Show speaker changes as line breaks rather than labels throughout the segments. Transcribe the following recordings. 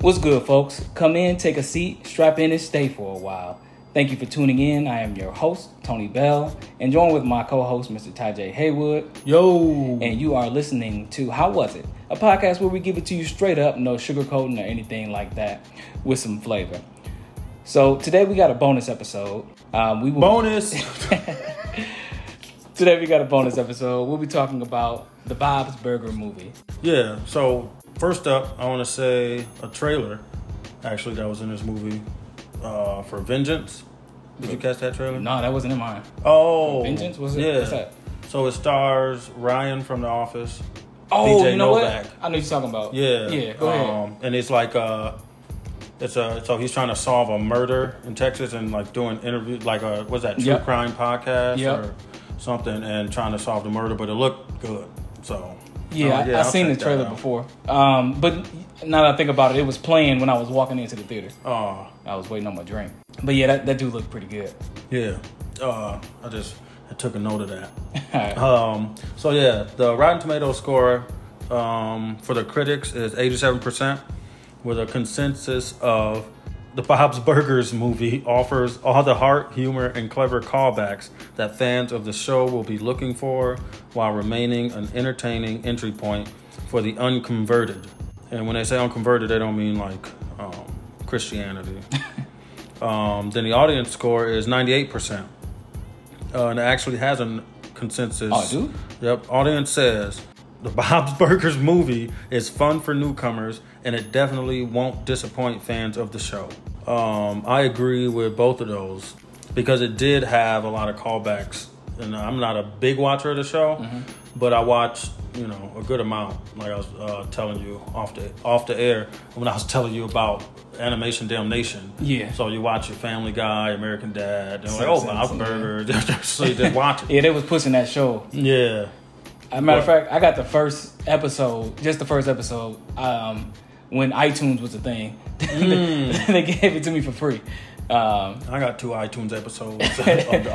What's good, folks? Come in, take a seat, strap in, and stay for a while. Thank you for tuning in. I am your host, Tony Bell, and joined with my co host, Mr. Tajay Haywood.
Yo.
And you are listening to How Was It? A podcast where we give it to you straight up, no sugarcoating or anything like that, with some flavor. So today we got a bonus episode. Um, we will,
Bonus.
Today we got a bonus episode. We'll be talking about the Bob's Burger movie.
yeah. So first up, I want to say a trailer, actually, that was in this movie, uh, for Vengeance. Did you catch that trailer?
No, that wasn't in mine.
Oh.
Vengeance? Was it?
Yeah.
What's that?
So it stars Ryan from The Office.
Oh,
DJ
you know
Novak.
what? I know you're talking about.
Yeah.
Yeah, go ahead.
Um, and it's like uh it's a so he's trying to solve a murder in Texas and like doing interviews like a what's that true
Yep.
crime podcast
Yep.
or something and trying to solve the murder, but it looked good. So
Yeah,
uh,
I, I
I'll
seen the
check that
trailer
out.
before. Um, but now that I think about it, it was playing when I was walking into the theater.
Uh,
I was waiting on my drink. But yeah, that, that do look pretty good.
yeah. Uh, I just I took a note of that.
Alright.
Um, so yeah, the Rotten Tomato score um, for the critics is 87%, with a consensus of the Bob's Burgers movie offers all the heart, humor, and clever callbacks that fans of the show will be looking for, while remaining an entertaining entry point for the unconverted. And when they say unconverted, they don't mean like um, Christianity. um, then the audience score is 98%. Uh, and it actually has a consensus.
Oh, dude?
Yep. Audience says the Bob's Burgers movie is fun for newcomers, and it definitely won't disappoint fans of the show. Um, I agree with both of those because it did have a lot of callbacks, and I'm not a big watcher of the show, but I watched you know a good amount. Like I was uh, telling you off the off the air when I was telling you about Animation Damnation.
Yeah.
So you watch your Family Guy, American Dad, and like
Some-
oh
some-
Bob's
some-
Burgers, so you just watch it.
yeah, they was pushing that show.
Yeah.
As a matter of
What?
fact, I got the first episode, just the first episode, um, when iTunes was a thing.
Mm.
they gave it to me for free. Um,
I got two iTunes episodes of The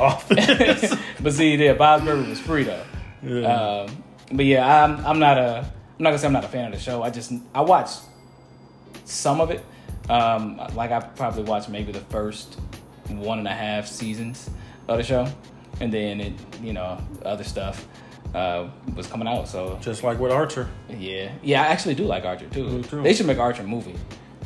Office.
but see, yeah, Bob's Burger was free though.
yeah.
Um, but yeah, I'm I'm not a I'm not gonna say I'm not a fan of the show. I just I watched some of it. Um, like I probably watched maybe the first one and a half seasons of the show, and then it you know other stuff uh, was coming out. So
Just like with Archer,
yeah, yeah, I actually do like Archer too.
Me too.
They should make Archer a movie,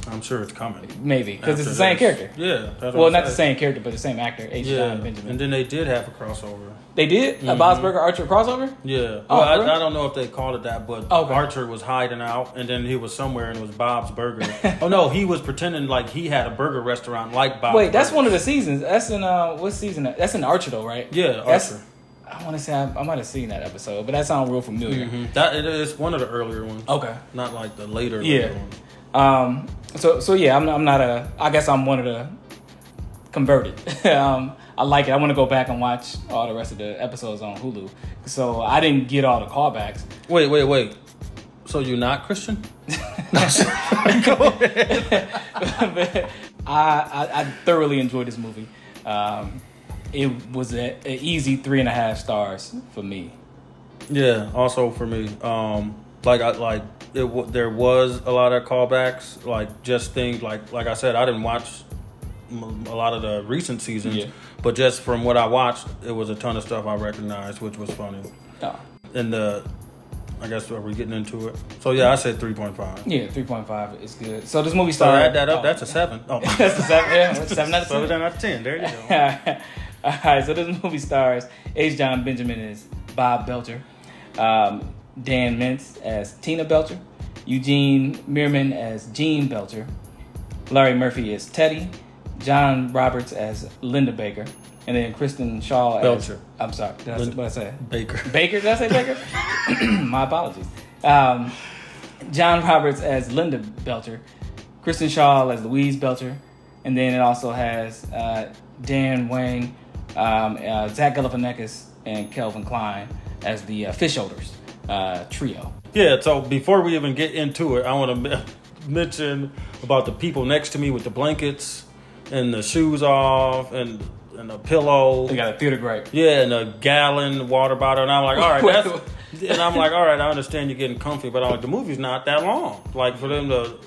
I'm sure it's coming.
maybe because it's
After
the same
this.
character.
Yeah. that's what
Well,
I'm
not the
saying.
same character, but the same actor, H. John
Yeah.
Benjamin.
And then Mm-hmm. they did have a crossover.
they did a Bob's Burger Archer crossover.
Yeah.
Oh,
well, I,
really?
I don't know if they called it that, but
Okay.
Archer was hiding out, and then he was somewhere, and it was Bob's Burger. oh no, he was pretending like he had a burger restaurant like Bob's.
Wait, that's
Burgers.
one of the seasons. That's in uh, what season? that- That's in Archer, though, right?
Yeah,
That's-
Archer.
I want to say I, I might have seen that episode, but that sounds real familiar.
Mhm. That it is one of the earlier ones.
Okay.
Not like the later.
Oh. Yeah.
later ones.
Um. So so yeah, I'm I'm not a. I guess I'm one of the converted. um. I like it. I want to go back and watch all the rest of the episodes on Hulu. So I didn't get all the callbacks.
Wait, wait, wait. So you're not Christian?
But I, I I thoroughly enjoyed this movie. Um. It was an easy three and a half stars for me.
Yeah. Also for me, um, like I like it. W- there was a lot of callbacks, like just things like like I said, I didn't watch m- a lot of the recent seasons,
Yeah.
but just from what I watched, it was a ton of stuff I recognized, which was funny.
Oh,
And the, I guess are we getting into it? So yeah, I said three point five.
yeah, three point five is good. So this movie
So
started.
add that up.
oh.
That's a seven. Oh,
That's a seven. Yeah, what's seven out of
seven
ten.
out of ten. There you go.
All right, so this movie stars H. John Benjamin as Bob Belcher, um, Dan Mintz as Tina Belcher, Eugene Meerman as Gene Belcher, Larry Murphy as Teddy, John Roberts as Linda Baker, and then Kristen Shaw as
Belcher.
I'm sorry, did I, say-
Lin-
what I say?
Baker.
Baker? Did I say Baker? My apologies. Um, John Roberts as Linda Belcher, Kristen Shaw as Louise Belcher, and then it also has uh, Dan Wayne, um, uh, Zach Galifianakis, and Kelvin Klein as the uh, Fish Odors uh, trio.
Yeah, so before we even get into it, I want to mention about the people next to me with the blankets and the shoes off and and a pillow.
They got a theater great.
Yeah, and a gallon water bottle, and I'm like, all
Wait,
right, that's. And I'm like, all right, I understand you're getting comfy, but I'm like, the movie's not that long. Like for them to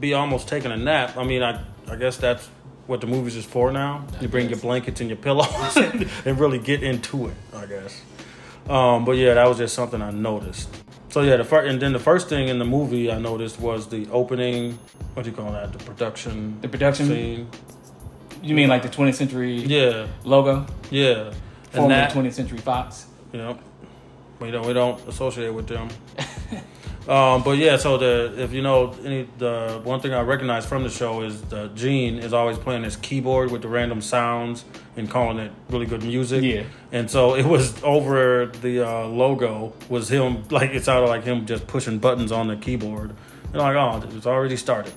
be almost taking a nap. I mean, I I guess that's what the movies is for now. You bring your blankets and your pillows and, and really get into it. I guess. Um, but yeah, that was just something I noticed. So yeah, the first and then the first thing in the movie I noticed was the opening. What do you call that? The production.
The production?
scene.
You mean like the 20th century
Yeah,
logo,
yeah. And
formerly
that,
20th century Fox?
you know, we don't we don't associate with them. um, but yeah, so the if you know any the one thing I recognize from the show is the Gene is always playing his keyboard with the random sounds and calling it really good music.
Yeah.
And so it was over the uh, logo was him like it sounded like him just pushing buttons on the keyboard. And I'm like, oh, it's already started.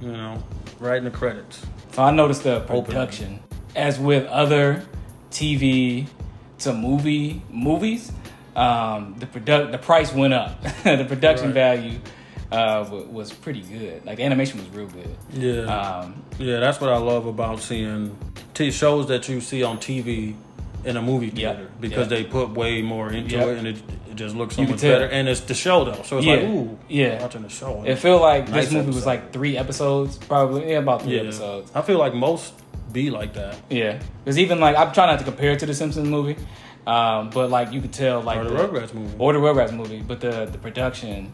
You know, right in the credits.
So Oh, I noticed the
Open.
production, as with other TV to movie movies, um, the product the price went up. the production
Right.
value uh, w- was pretty good. Like the animation was real good.
Yeah.
Um,
Yeah, that's what I love about seeing t- shows that you see on TV in a movie theater
Yep, yep.
because they put way more into
Yep.
it and it, it just looks so
You can
much
tell.
better. And it's the show though, so it's like
Yeah,
ooh,
yeah.
watching the show.
it felt like this
Nice
movie was
episode.
like three episodes, probably yeah, about three
yeah,
episodes.
I feel like most be like that.
Yeah, because even like I'm trying not to compare it to the Simpsons movie, um, but like you could tell like
Or the Rugrats movie.
or the Rugrats movie, but the the production,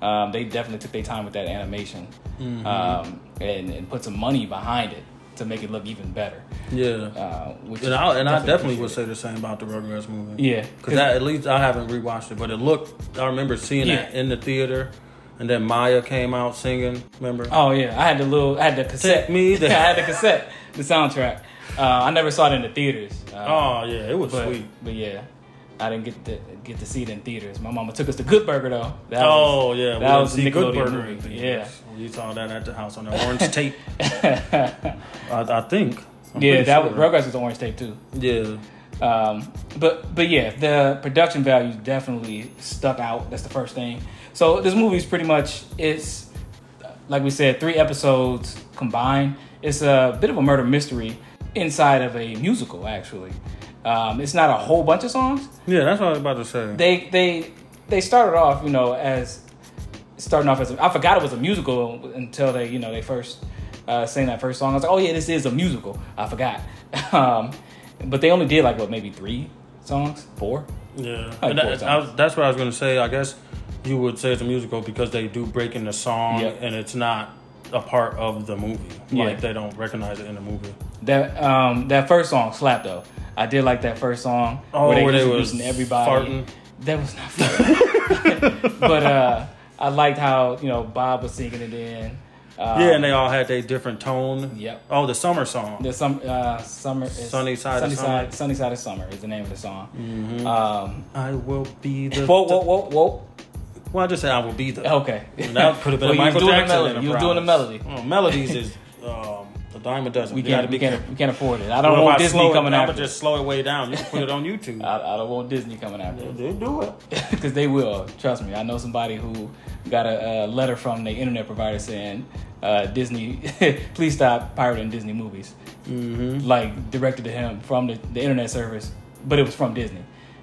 um, they definitely took their time with that animation,
Mm-hmm.
um, and, and put some money behind it to make it look even better.
yeah.
Uh, which
And I and I definitely would
appreciate
say the same about the Rugrats movie.
Yeah.
because at least I haven't rewatched it, but it looked. I remember seeing
Yeah.
that in the theater, and then Maya came out singing. Remember?
it. Oh yeah, I had the little, I had the cassette.
Take me
I
there.
had the cassette, the soundtrack. Uh, I never saw it in the theaters. Uh,
Oh, yeah, it was
but,
sweet.
But yeah, I didn't get to get to see it in theaters. My mama took us to Good Burger though. That
oh yeah,
that was
the
a Nickelodeon
Good Burger. in
movie,
theaters. you saw that at the house on the orange tape.
yeah.
I, I think. I'm
yeah,
pretty
that was
sure.
Rugrats was orange tape too.
Yeah,
Um, but but yeah, the production value definitely stuck out. That's the first thing. So this movie's pretty much it's like we said, three episodes combined. It's a bit of a murder mystery inside of a musical. Actually, um, it's not a whole bunch of songs.
yeah, that's what I was about to say.
They they they started off, you know, as starting off as a, I forgot it was a musical until they you know they first uh, sang that first song. I was like, oh yeah, this is a musical. I forgot. Um, but they only did like what maybe three songs, four.
yeah,
Like
And
four
that, I
times.
was- that's what I was gonna say. I guess you would say it's a musical because they do break in the song,
Yeah.
and it's not a part of the movie.
Yeah.
Like they don't recognize it in the movie.
That um that first song slapped though. I did like that first song
Oh, where they
introducing
was farting?
That was not farting. but uh, I liked how you know Bob was singing it in. Uh,
yeah, and they all had their different tone.
Yep.
Oh, the summer song.
There's some uh, summer. Is,
Sunny Side of
Sunny
Summer. Mm-hmm.
Side. Sunny Side of Summer is the name of the song. Um,
I will be the.
whoa, whoa, whoa, whoa.
Well, I just said I will be the.
Okay.
And that could have been
Well,
a Michael
you was doing
Jackson.
A melody.
in
you was doing a melody.
promise. Well, melodies is um, a dime a dozen.
We
You gotta
can't. We
be
can't. We can't afford it. I
careful.
don't
What if
want
I
Disney
slow it-
coming
I'ma
after. Uh,
just slow it way down. You can put it on YouTube.
I, I don't want Disney coming after.
they do it.
Because they will, trust me. I know somebody who got a, uh letter from the internet provider saying, uh, "Disney, please stop pirating Disney movies." Mm-hmm. Like directed to him from the, the internet service, but it was from Disney.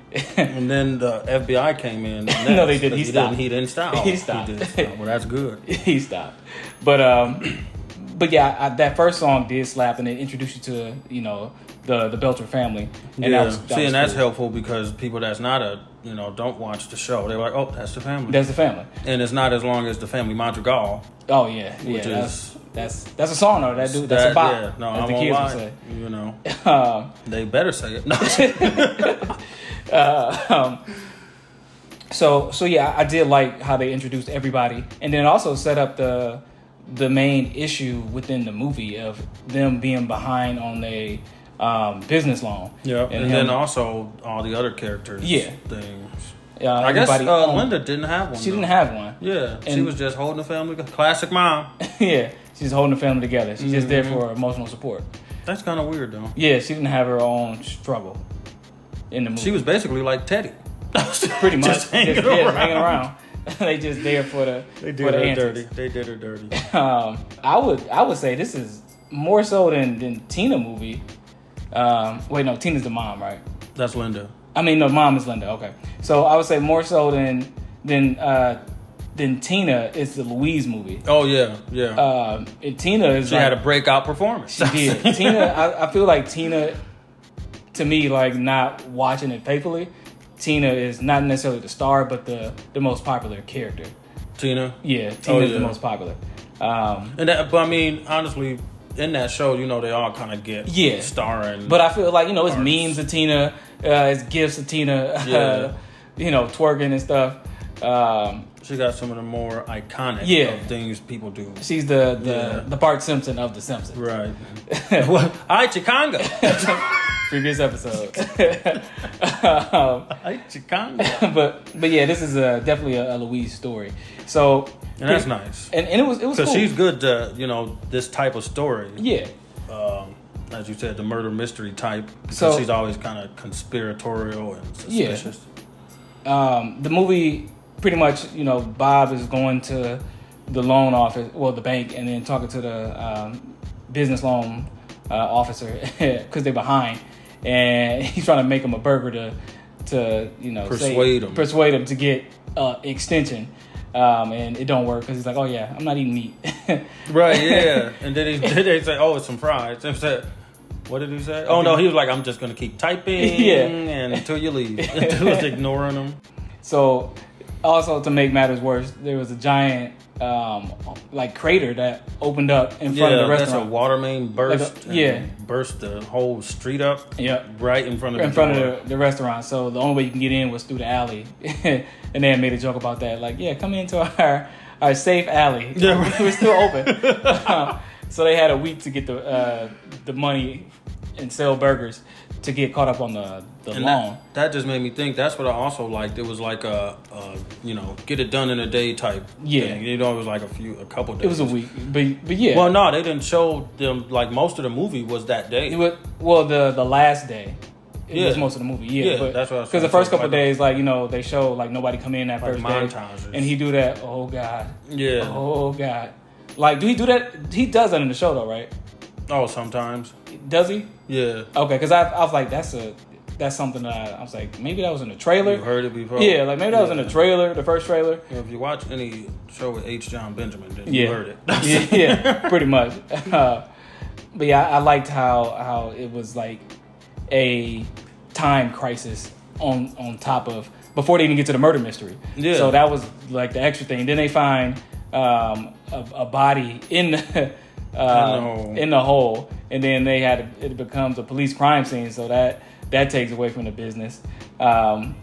And then the FBI came in. next,
No, they didn't.
but
He stopped.
Didn't, he didn't stop.
He stopped.
He didn't stop. Well, that's good.
he stopped. But um, but yeah, I, that first song did slap, and it introduced you to you know the the Belcher family, and
yeah.
that was, that
See,
was
and that's
cool.
helpful because people that's not a you know don't watch the show. They're like, oh, that's the family,
That's the family.
and it's not as long as the family Madrigal.
Oh yeah, yeah.
Which
that's,
is-
that's that's a song though. That dude, that's
That-
a bop.
Yeah, no,
as
I
the
won't
kids would
lie. You know,
say. Um,
they better say it. No,
um, so so yeah, I did like how they introduced everybody, and then also set up the the main issue within the movie of them being behind on a um, business loan.
yeah, and,
and,
then
him-
also all the other characters.
Yeah.
things.
uh,
I guess
everybody
uh,
owned-
Linda didn't have one.
She didn't
though.
have one.
Yeah, she
and-
was just holding the family. Classic mom.
yeah, she's holding the family together. She's just
Mm-hmm.
there for emotional support.
That's kind of weird though.
Yeah, she didn't have her own struggle in the movie.
She was basically like Teddy.
pretty much
just hanging
yeah,
around.
hanging around. they just there for the
They
for
did
the
her
antics.
dirty. They did her dirty.
Um, I would I would say this is more so than than Tina movie. Um, wait, no, Tina's the mom, right?
That's Linda.
I mean, no, mom is Linda. Okay, so I would say more so than than uh, than Tina is the Louise movie.
Oh yeah, yeah.
Um, and Tina is
she
like,
had a breakout performance.
she did. Tina, I, I feel like Tina, to me, like not watching it faithfully. Tina is not necessarily the star, but the the most popular character.
Tina.
Yeah, Tina
Oh,
is the
yeah.
most popular. Um,
And that, but I mean, honestly, in that show, you know, they all kind of get
Yeah.
starring.
but I feel like you know it's
Artists.
memes of Tina, uh, it's gifts of Tina,
Yeah.
uh, you know twerking and stuff. Um,
she got some of the more iconic
Yeah.
of things people do.
she's the the,
Yeah.
the Bart Simpson of the Simpsons.
Right. well, I Chicago.
Previous episode. um,
I Chicago.
but but yeah, this is a, definitely a, a Louise story. So
And that's nice.
and, and it was it was
Because
cool.
she's good to, you know, this type of story.
yeah,
Um, as you said, the murder mystery type. Because
So-
she's always kind of conspiratorial and
Yeah.
suspicious.
um, the movie pretty much you know Bob is going to the loan office, well the bank, and then talking to the um, business loan uh, officer because they're behind, and he's trying to make him a burger to to you know say-
Persuade 'em.
persuade him to get uh, extension. Um, and it don't work because he's like, oh yeah, I'm not eating meat.
Right, yeah. and then he then they say, oh, it's some fries. And said, what did he say? Oh, no, he was like, I'm just going to keep typing
Yeah.
and until you leave. it was ignoring him.
So, also to make matters worse, there was a giant um, like crater that opened up in front
yeah,
of the
that's a
restaurant.
water main burst.
Like a-
and
yeah.
burst the whole street up.
Yep.
right in front of
In
the
front
door.
of the, the restaurant, so the only way you can get in was through the alley, and they had made a joke about that. Like, yeah, come into our our safe alley.
Yeah, right.
we're still open. Um, so they had a week to get the uh, the money and sell burgers to get caught up on the the
and
loan.
that, that just made me think. That's what I also liked. It was like a, a you know, get it done in a day type.
Yeah.
thing. you know, it was like a few, a couple days.
It was a week, but but yeah,
Well, no, they didn't show them. Like most of the movie was that day.
It was well the the last day. It was
Yeah.
most of the movie. Yeah,
Yeah, that's what I
Because the
was trying to
first
say,
couple
like-
days, like you know, they show like nobody come in that
Like
first
montages.
day, and he do that. Oh god.
yeah. Oh.
Oh god. Like, do he do that? He does that in the show though, right?
Oh, sometimes.
Does he?
Yeah.
Okay, because I, I was like, that's a that's something that I, I was like, maybe that was in the trailer.
You heard it before.
yeah, like maybe that was in
Yeah.
the trailer, the first trailer.
If you watch any show with H. John Benjamin, then
Yeah.
you heard it.
yeah, yeah, pretty much. Uh, but yeah, I, I liked how how it was like a time crisis on on top of before they even get to the murder mystery.
Yeah.
So that was like the extra thing. Then they find um, a, a body in the uh,
know.
in the hole, and then they had it becomes a police crime scene. So that that takes away from the business. Um,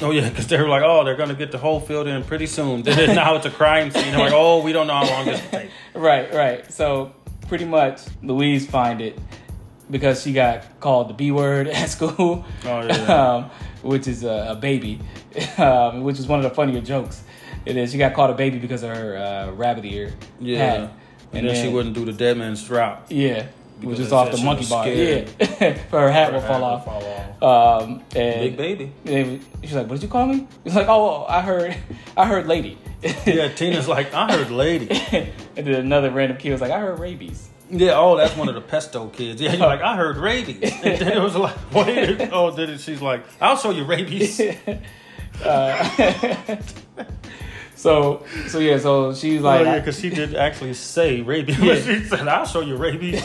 Oh yeah, because they were like, oh, they're gonna get the whole field in pretty soon. Then now it's a crime scene. I'm like, oh, we don't know how long this will take.
Right, right. So pretty much Louise find it because she got called the B word at school,
Oh, yeah.
um, which is a, a baby, um, which is one of the funnier jokes. It is. She got called a baby because of her uh, rabbit ear.
Yeah,
hat.
and, then, she wouldn't do the dead man's drop.
Yeah, which
Because
is
they
off
said
the
she
monkey
was
bar.
scared.
Yeah, for her hat will
Her
fall
hat
off.
would fall off.
Um, and
Big baby.
they- she's like, "What did you call me?" He's like, "Oh, I heard, I heard, lady."
Yeah, Tina's like, I heard lady.
and then another random kid was like, "I heard rabies."
Yeah, oh, that's one of the pesto kids. Yeah, you're like, I heard rabies. And then it was like, wait, oh, then she's like, I'll show you rabies.
Uh, so so yeah, so she's
Oh,
like,
yeah, because she did actually say rabies. But
Yeah.
she said, I'll show you rabies.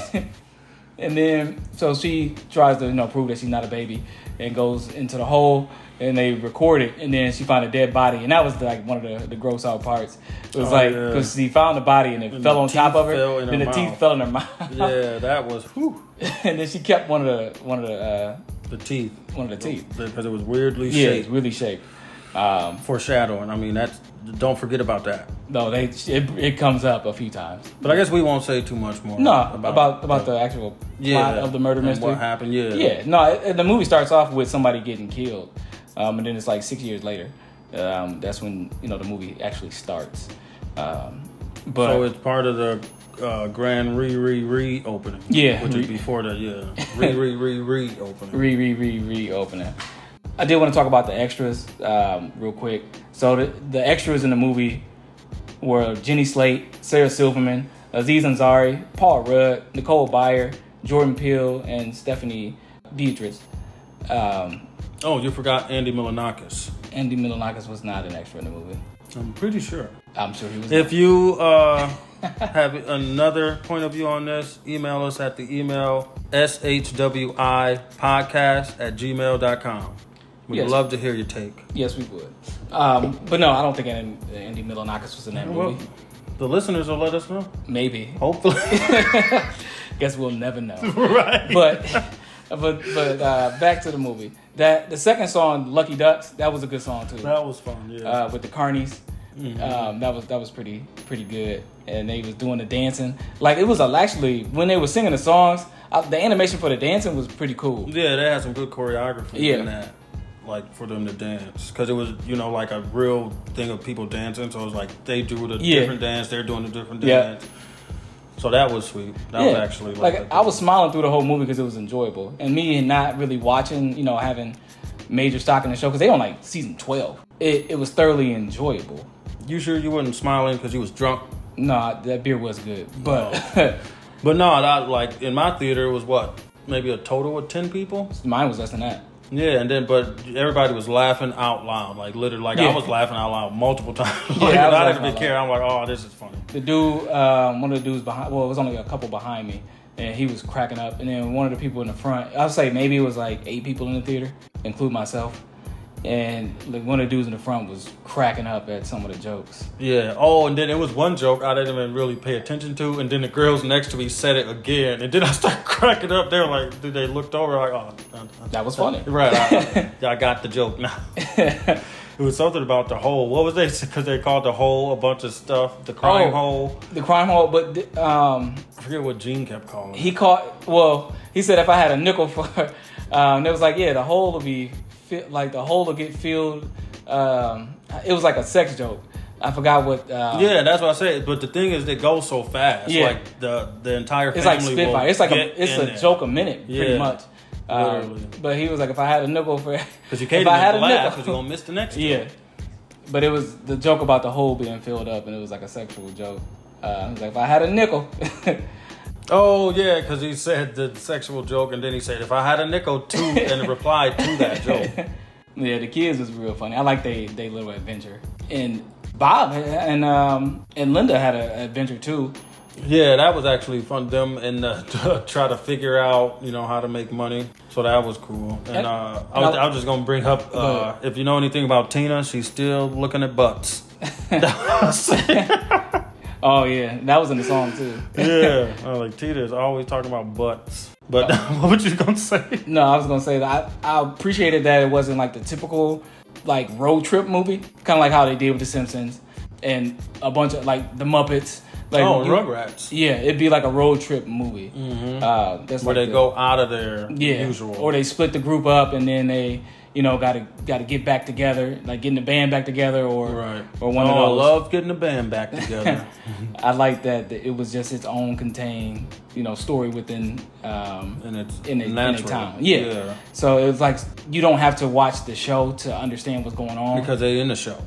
and then so she tries to you know prove that she's not a baby, and goes into the hole, and they record it, and then she found a dead body, and that was like one of the, the gross out parts. It was
Oh,
like
yeah.
because she found the body and it
And
fell
the
on top
teeth
of her,
fell in
and the
her
teeth
mouth.
fell in her mouth,
Yeah, that was, whew,
and then she kept one of the one of the uh,
the teeth.
one of the teeth.
Because it was weirdly
Yeah, it's
shaped.
really shaped. Um,
Foreshadowing. I mean, that's, don't forget about that.
no, they it, it comes up a few times.
But I guess we won't say too much more.
No, about about, the actual plot of the murder
and
mystery.
What happened? Yeah.
Yeah, no, it, the movie starts off with somebody getting killed, um, and then it's like six years later. Um, that's when you know the movie actually starts. Um, but
so Oh, it's part of the uh, grand re re re opening.
Yeah.
which is
Re-
before the yeah re re re re opening.
re re re reopen it. I did want to talk about the extras um, real quick. So the, the extras in the movie were Jenny Slate, Sarah Silverman, Aziz Ansari, Paul Rudd, Nicole Byer, Jordan Peele, and Stephanie Beatriz. Um,
Oh, you forgot Andy Milanakis.
Andy Milonakis was not an extra in the movie.
I'm pretty sure.
I'm sure he was.
If you uh, have another point of view on this, email us at the email shwipodcast at gmail.com. We'd
Yes.
love to hear your take.
yes, we would. Um, but no, I don't think Andy, Andy Milonakis was in that movie.
Well, oh. the listeners will let us know.
Maybe.
Hopefully.
Guess we'll never know.
right.
but but but uh, back to the movie. That the second song, "Lucky Ducks," that was a good song too.
that Mm-hmm. was fun, yeah.
Uh, with the Carnies, um, that was that was pretty pretty good. And they was doing the dancing. Like it was a, actually when they were singing the songs, uh, the animation for the dancing was pretty cool.
yeah, they had some good choreography
Yeah.
in that. Like for them to dance, because it was you know like a real thing of people dancing. So it was like they do the
Yeah.
different dance, they're doing the different
Yeah.
dance. So that was sweet. That was actually
like,
like, a good
I was smiling through the whole movie because it was enjoyable, and me not really watching, you know, having major stock in the show because they on like season twelve. It it was thoroughly enjoyable.
You sure you wasn't smiling because you was drunk?
Nah, that beer was good, but
But no, that like in my theater it was what maybe a total of ten people.
mine was less than that.
Yeah, and then but everybody was laughing out loud, like literally, like
Yeah.
I was laughing out loud multiple times. like,
I was
I
laughing
didn't even
out
care. I'm like, oh, this is funny.
the dude, um, one of the dudes behind, well, it was only a couple behind me, and he was cracking up. And then one of the people in the front, I'd say maybe it was like eight people in the theater, include myself. And like one of the dudes in the front was cracking up at some of the jokes.
Yeah. Oh, and then it was one joke I didn't even really pay attention to, and then the girls next to me said it again, and then I started cracking up. They were like, dude, they looked over like, oh, uh, uh,
That was funny.
right, I, I got the joke now. It was something about the hole. What was they? Because they called the hole a bunch of stuff. The crying
Oh.
hole.
the crime hall, but th- um,
I forget what Gene kept calling. it.
he caught. Well, he said if I had a nickel for, um, it was like yeah, the hole will be fit, like the hole will get filled. Um, it was like a sex joke. I forgot what. Um,
yeah, that's what I said. But the thing is, they go so fast.
Yeah.
Like the the entire
It's like
family. will
spitfire. It's like
get
a, it's
in
a
there.
joke a minute, pretty
Yeah.
much. Um,
Literally.
but he was like, if I had a nickel for,
Because you can't
if I had
even
a
laugh
nickel,
because you're gonna miss the next. joke.
yeah. But it was the joke about the hole being filled up, and it was like a sexual joke. Uh, I was like, if I had a nickel,
Oh yeah, because he said the sexual joke, and then he said, "If I had a nickel too," and replied to that joke.
yeah, the kids was real funny. I like they they little adventure, and Bob and um and Linda had an adventure too.
Yeah, that was actually fun. Them and uh, to try to figure out, you know, how to make money. So that was cool. And uh, I, was, I was just gonna bring up uh, if you know anything about Tina, she's still looking at butts.
Oh yeah, that was in the song too.
yeah, I was like Tina is always talking about butts. But what were you gonna say?
No, I was gonna say that I, I appreciated that it wasn't like the typical like road trip movie, kind of like how they did with The Simpsons and a bunch of like the Muppets. Like,
Oh,
you-
Rugrats.
Yeah, it'd be like a road trip movie. Uh, that's
Where
like
they
the-
go out of their
yeah,
usual.
or they split the group up and then they you know got to got to get back together, like getting the band back together, or
right.
or one
oh,
of those.
I love getting the band back together.
I like that, that it was just its own contained you know story within. Um,
and it's
in a, in a
natural.
town. Yeah. So it's like you don't have to watch the show to understand what's going on.
because they in the show.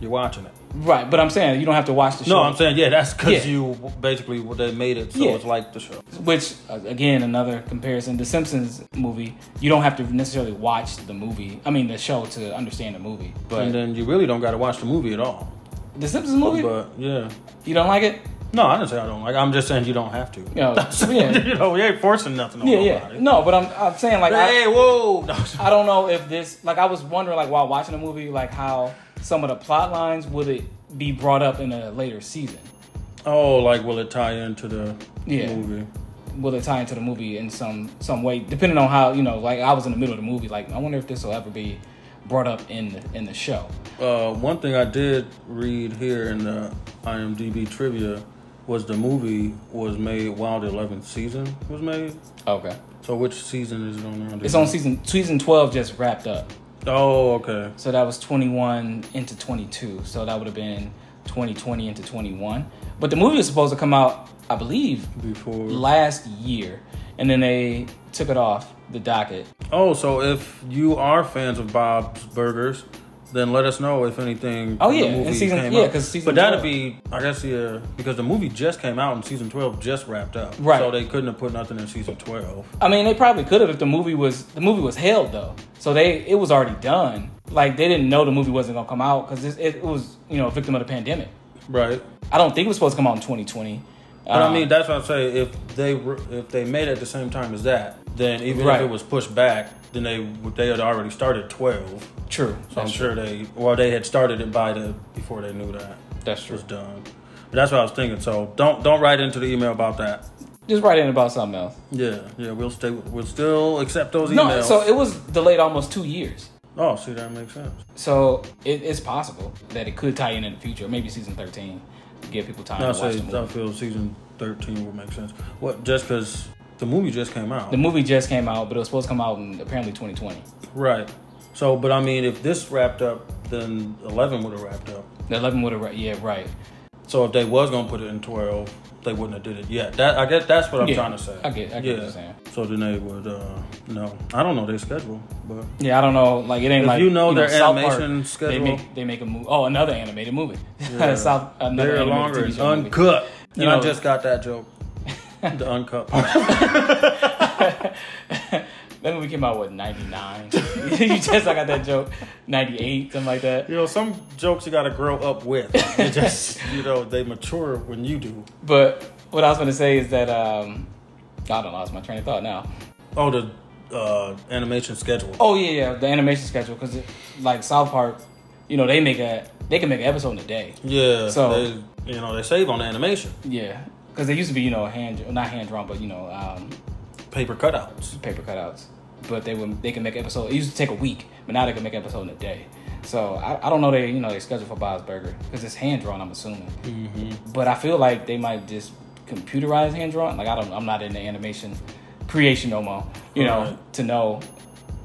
You're watching it.
right, but I'm saying you don't have to watch the show.
No, I'm saying yeah, that's because
Yeah.
you basically well, they made it, so
Yeah.
it's like the show.
Which uh, again, another comparison: The Simpsons movie. You don't have to necessarily watch the movie. I mean, the show to understand the movie. But
And then you really don't got to watch the movie at all.
the Simpsons movie,
But yeah,
you don't like it?
no, I didn't say I don't like. I'm just saying you don't have to.
No. yeah,
you know, we ain't forcing nothing on
yeah, yeah.
nobody.
No, but I'm I'm saying like I-
Hey, whoa! No.
I don't know if this like I was wondering like while watching the movie like how some of the plot lines would it be brought up in a later season.
Oh, like will it tie into the
Yeah.
movie?
will it tie into the movie in some some way depending on how you know like i was in the middle of the movie like i wonder if this will ever be brought up in the, in the show
Uh, one thing I did read here in the IMDb trivia was the movie was made while the 11th season was made.
okay
So which season is it on now?
it's on season season 12 just wrapped up
Oh, okay.
so that was 21 into 22 so that would have been 2020 into 21 but the movie was supposed to come out i believe
Before.
last year and then they took it off the docket
Oh, so if you are fans of Bob's Burgers, then let us know if anything.
Oh,
from
yeah,
the
in
movie
season-
came
yeah,
out.
'cause season
But that'd
12.
be, I guess, yeah, because the movie just came out and season twelve just wrapped up,
Right.
So they couldn't have put nothing in season twelve.
I mean, they probably could have if the movie was the movie was held though. So they it was already done. Like they didn't know the movie wasn't gonna come out because it, it was you know a victim of the pandemic.
Right.
I don't think it was supposed to come out in 2020.
But
Um,
I mean, that's what I'm saying. If they were, if they made it at the same time as that, then even
Right.
if it was pushed back, then they would- they had already started twelve.
true.
So I'm sure they, well, they had started it by the before they knew that
That's
it was done. But that's what I was thinking. So don't don't write into the email about that.
Just write in about something else.
Yeah, yeah, we'll stay. We'll still accept those
No,
emails.
so it was delayed almost two years.
oh, see, that makes sense.
So it, it's possible that it could tie in in the future, maybe season 13, to give people time
I
to watch
say
the
I
movie.
feel season thirteen would make sense. What? Just because the movie just came out,
The movie just came out, but it was supposed to come out in apparently 2020.
right? So, but I mean, if this wrapped up, then eleven would have wrapped up.
The 11 would have, yeah, right.
So if they was gonna put it in twelve, they wouldn't have did it yet. That I guess that's what I'm
Yeah,
trying to say.
I get- I get what you're saying.
So then they would uh no. I don't know their schedule, but
Yeah, I don't know. Like it ain't
If
like
you know their
South
animation
They
schedule-
make they make a movie. Oh, another animated movie.
Yeah.
South another
they're
animated
longer
TV
and
show movie.
uncut.
You
and I
know-
just got that joke. the uncut part.
That movie came out what ninety nine. you just I got that joke ninety eight something like that.
You know, some jokes you gotta grow up with. They just you know, they mature when you do.
But what I was gonna say is that um, I don't lost my train of thought now.
Oh, the uh, animation schedule.
Oh yeah, yeah, the animation schedule because like South Park, you know they make a they can make an episode in a day.
Yeah.
So-
they, you know, they save on animation.
Yeah, because they used to be you know hand not hand drawn but you know um,
Paper cutouts.
paper cutouts. But they would they can make episode. It used to take a week, but now they can make episode in a day. So I, I don't know they you know they schedule for Bob's Burger because it's hand drawn. I'm assuming,
Mm-hmm.
but I feel like they might just computerize hand drawn. Like I don't, I'm not in the animation creation no more. You know
Right.
to know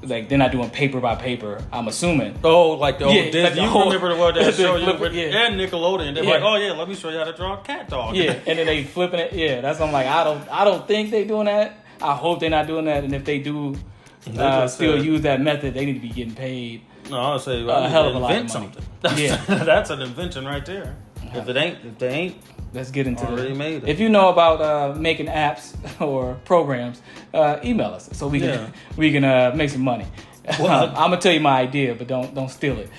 like they're not doing paper by paper. I'm assuming.
Oh, like the old
Yeah,
Disney.
like the
you
whole-
remember the one that
the
show you
flipper,
with,
yeah.
and Nickelodeon. They're
Yeah.
like, oh yeah, let me show you how to draw a cat dog.
Yeah, and then they flipping it. Yeah, that's I'm like I don't I don't think they doing that. I hope they're not doing that. And if they do, uh,
just
still
said-
use that method, they need to be getting paid.
no, I'll say
A
well,
hell of a lot of
invent
money.
something. That's,
Yeah.
that's an invention right there. If it ain't, if they ain't,
Let's get into
Already
the,
made it.
If you know about uh, making apps or programs, uh, email us so we can
Yeah.
we can uh, make some money.
Well-
I'm gonna tell you my idea, but don't don't steal it,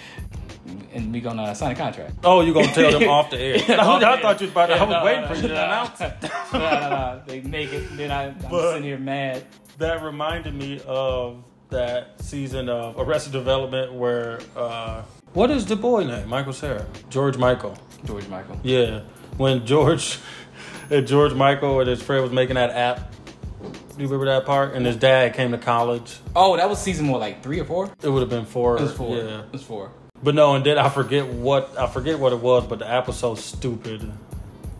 and we gonna sign a contract.
oh, you gonna tell them off the air. I,
Off the air.
thought you was about to.
Yeah,
I was
no,
waiting
no,
for you
no.
to announce. it.
no, no, no. They make it, then I, I'm
But-
sitting here mad.
That reminded me of that season of Arrested Development where uh, what is the boy name? Michael Sarah, George Michael.
George Michael.
Yeah, when George, and George Michael and his friend was making that app. Do you remember that part? And his dad came to college.
Oh, that was season one, like three or four.
It would have been four.
It was four.
Yeah,
It was four.
but no, and then I forget what I forget what it was. But the app was so stupid,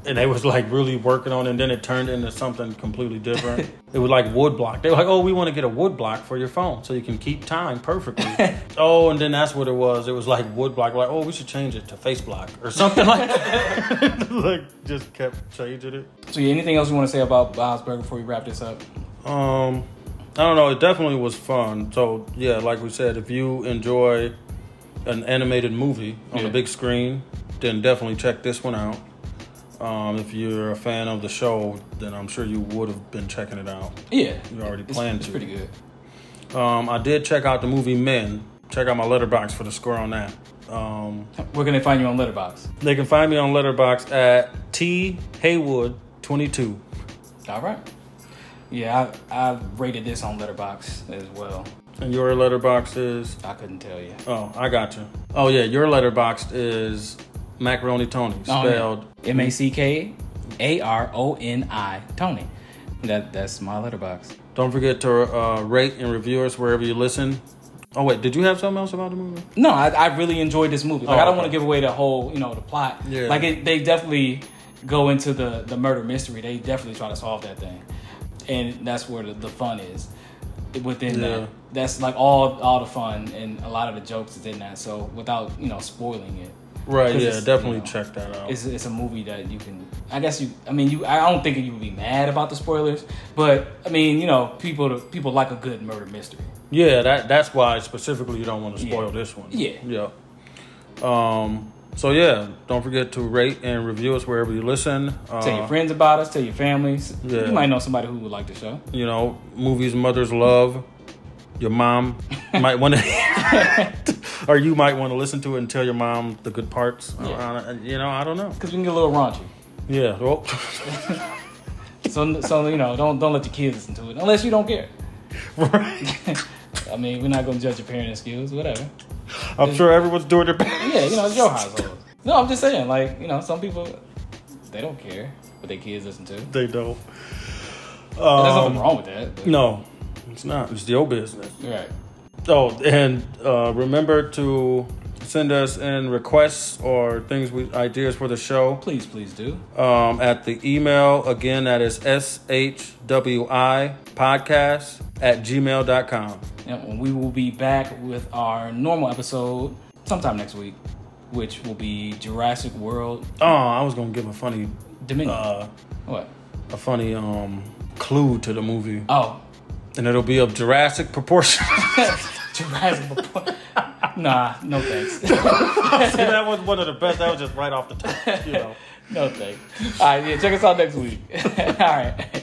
and they was like really working on, it, and then it turned into something completely different. it was like wood block. They were like, oh, we want to get a wood block for your phone so you can keep time perfectly. oh, and then that's what it was. It was like wood block. Like, oh, we should change it to face block or something like that. like just kept changing it.
So yeah, anything else you want to say about Bob's Burger before we wrap this up?
Um, I don't know. It definitely was fun. So yeah, like we said, if you enjoy an animated movie on
Yeah.
the big screen, then definitely check this one out. Um, if you're a fan of the show, then I'm sure you would have been checking it out.
Yeah,
You already
It's-
planned
It's
to.
pretty good.
Um, I did check out the movie Men. Check out my letterbox for the score on that. Um,
We're gonna find you on Letterbox.
they can find me on Letterbox at T Haywood twenty two.
All right. Yeah, I, I rated this on Letterbox as well.
And your letterbox is
I couldn't tell you.
Oh, I got you. Oh yeah, your letterboxed is macaroni Tony,
Oh,
spelled
M A C K A R O N I Tony. That that's my letterbox.
Don't forget to uh, rate and review us wherever you listen. Oh wait, did you have something else about the movie?
No, I, I really enjoyed this movie. Like
Oh,
I don't
okay.
want to give away the whole you know the plot.
Yeah.
Like it, they definitely go into the the murder mystery. They definitely try to solve that thing, and that's where the, the fun is within
Yeah.
that. That's like all all the fun and a lot of the jokes is in that. So without you know spoiling it,
Right,
'Cause
yeah,
it's,
definitely
you know,
check that out.
it's, it's a movie that you can i guess you i mean you i don't think you would be mad about the spoilers but i mean you know people people like a good murder mystery
Yeah, that that's why specifically you don't want to spoil
Yeah.
this one.
Yeah.
yeah. Um, so yeah, don't forget to rate and review us wherever you listen. Uh,
Tell your friends about us. Tell your families.
Yeah.
You might know somebody who would like the show.
You know, movies mothers love. Your mom might want to, or you might want to listen to it and tell your mom the good parts.
Yeah.
Uh, you know, I don't know.
Because we can get a little raunchy.
Yeah. Well,
So, so you know, don't don't let your kids listen to it unless you don't care.
right.
I mean, we're not gonna judge your parenting skills, whatever.
I'm sure everyone's doing their best.
Yeah, you know, it's your household. No, I'm just saying, like, you know, some people they don't care what their kids listen to. And
They don't.
There's
Um,
nothing wrong with that. But,
no, it's not. It's your business.
Right.
Oh, and uh, remember to send us in requests or things we ideas for the show
Please, please do.
um, at the email again that is shwi podcast at gmail.com
And we will be back with our normal episode sometime next week, which will be Jurassic World
oh i was gonna give a funny
Dominion.
uh,
what?
a funny um clue to the movie
Oh,
and it'll be of jurassic proportion
Jurassic. Report. nah, no thanks.
that was one of the best that was just right off the top you know
No thanks. All right, yeah, check us out next week. All right.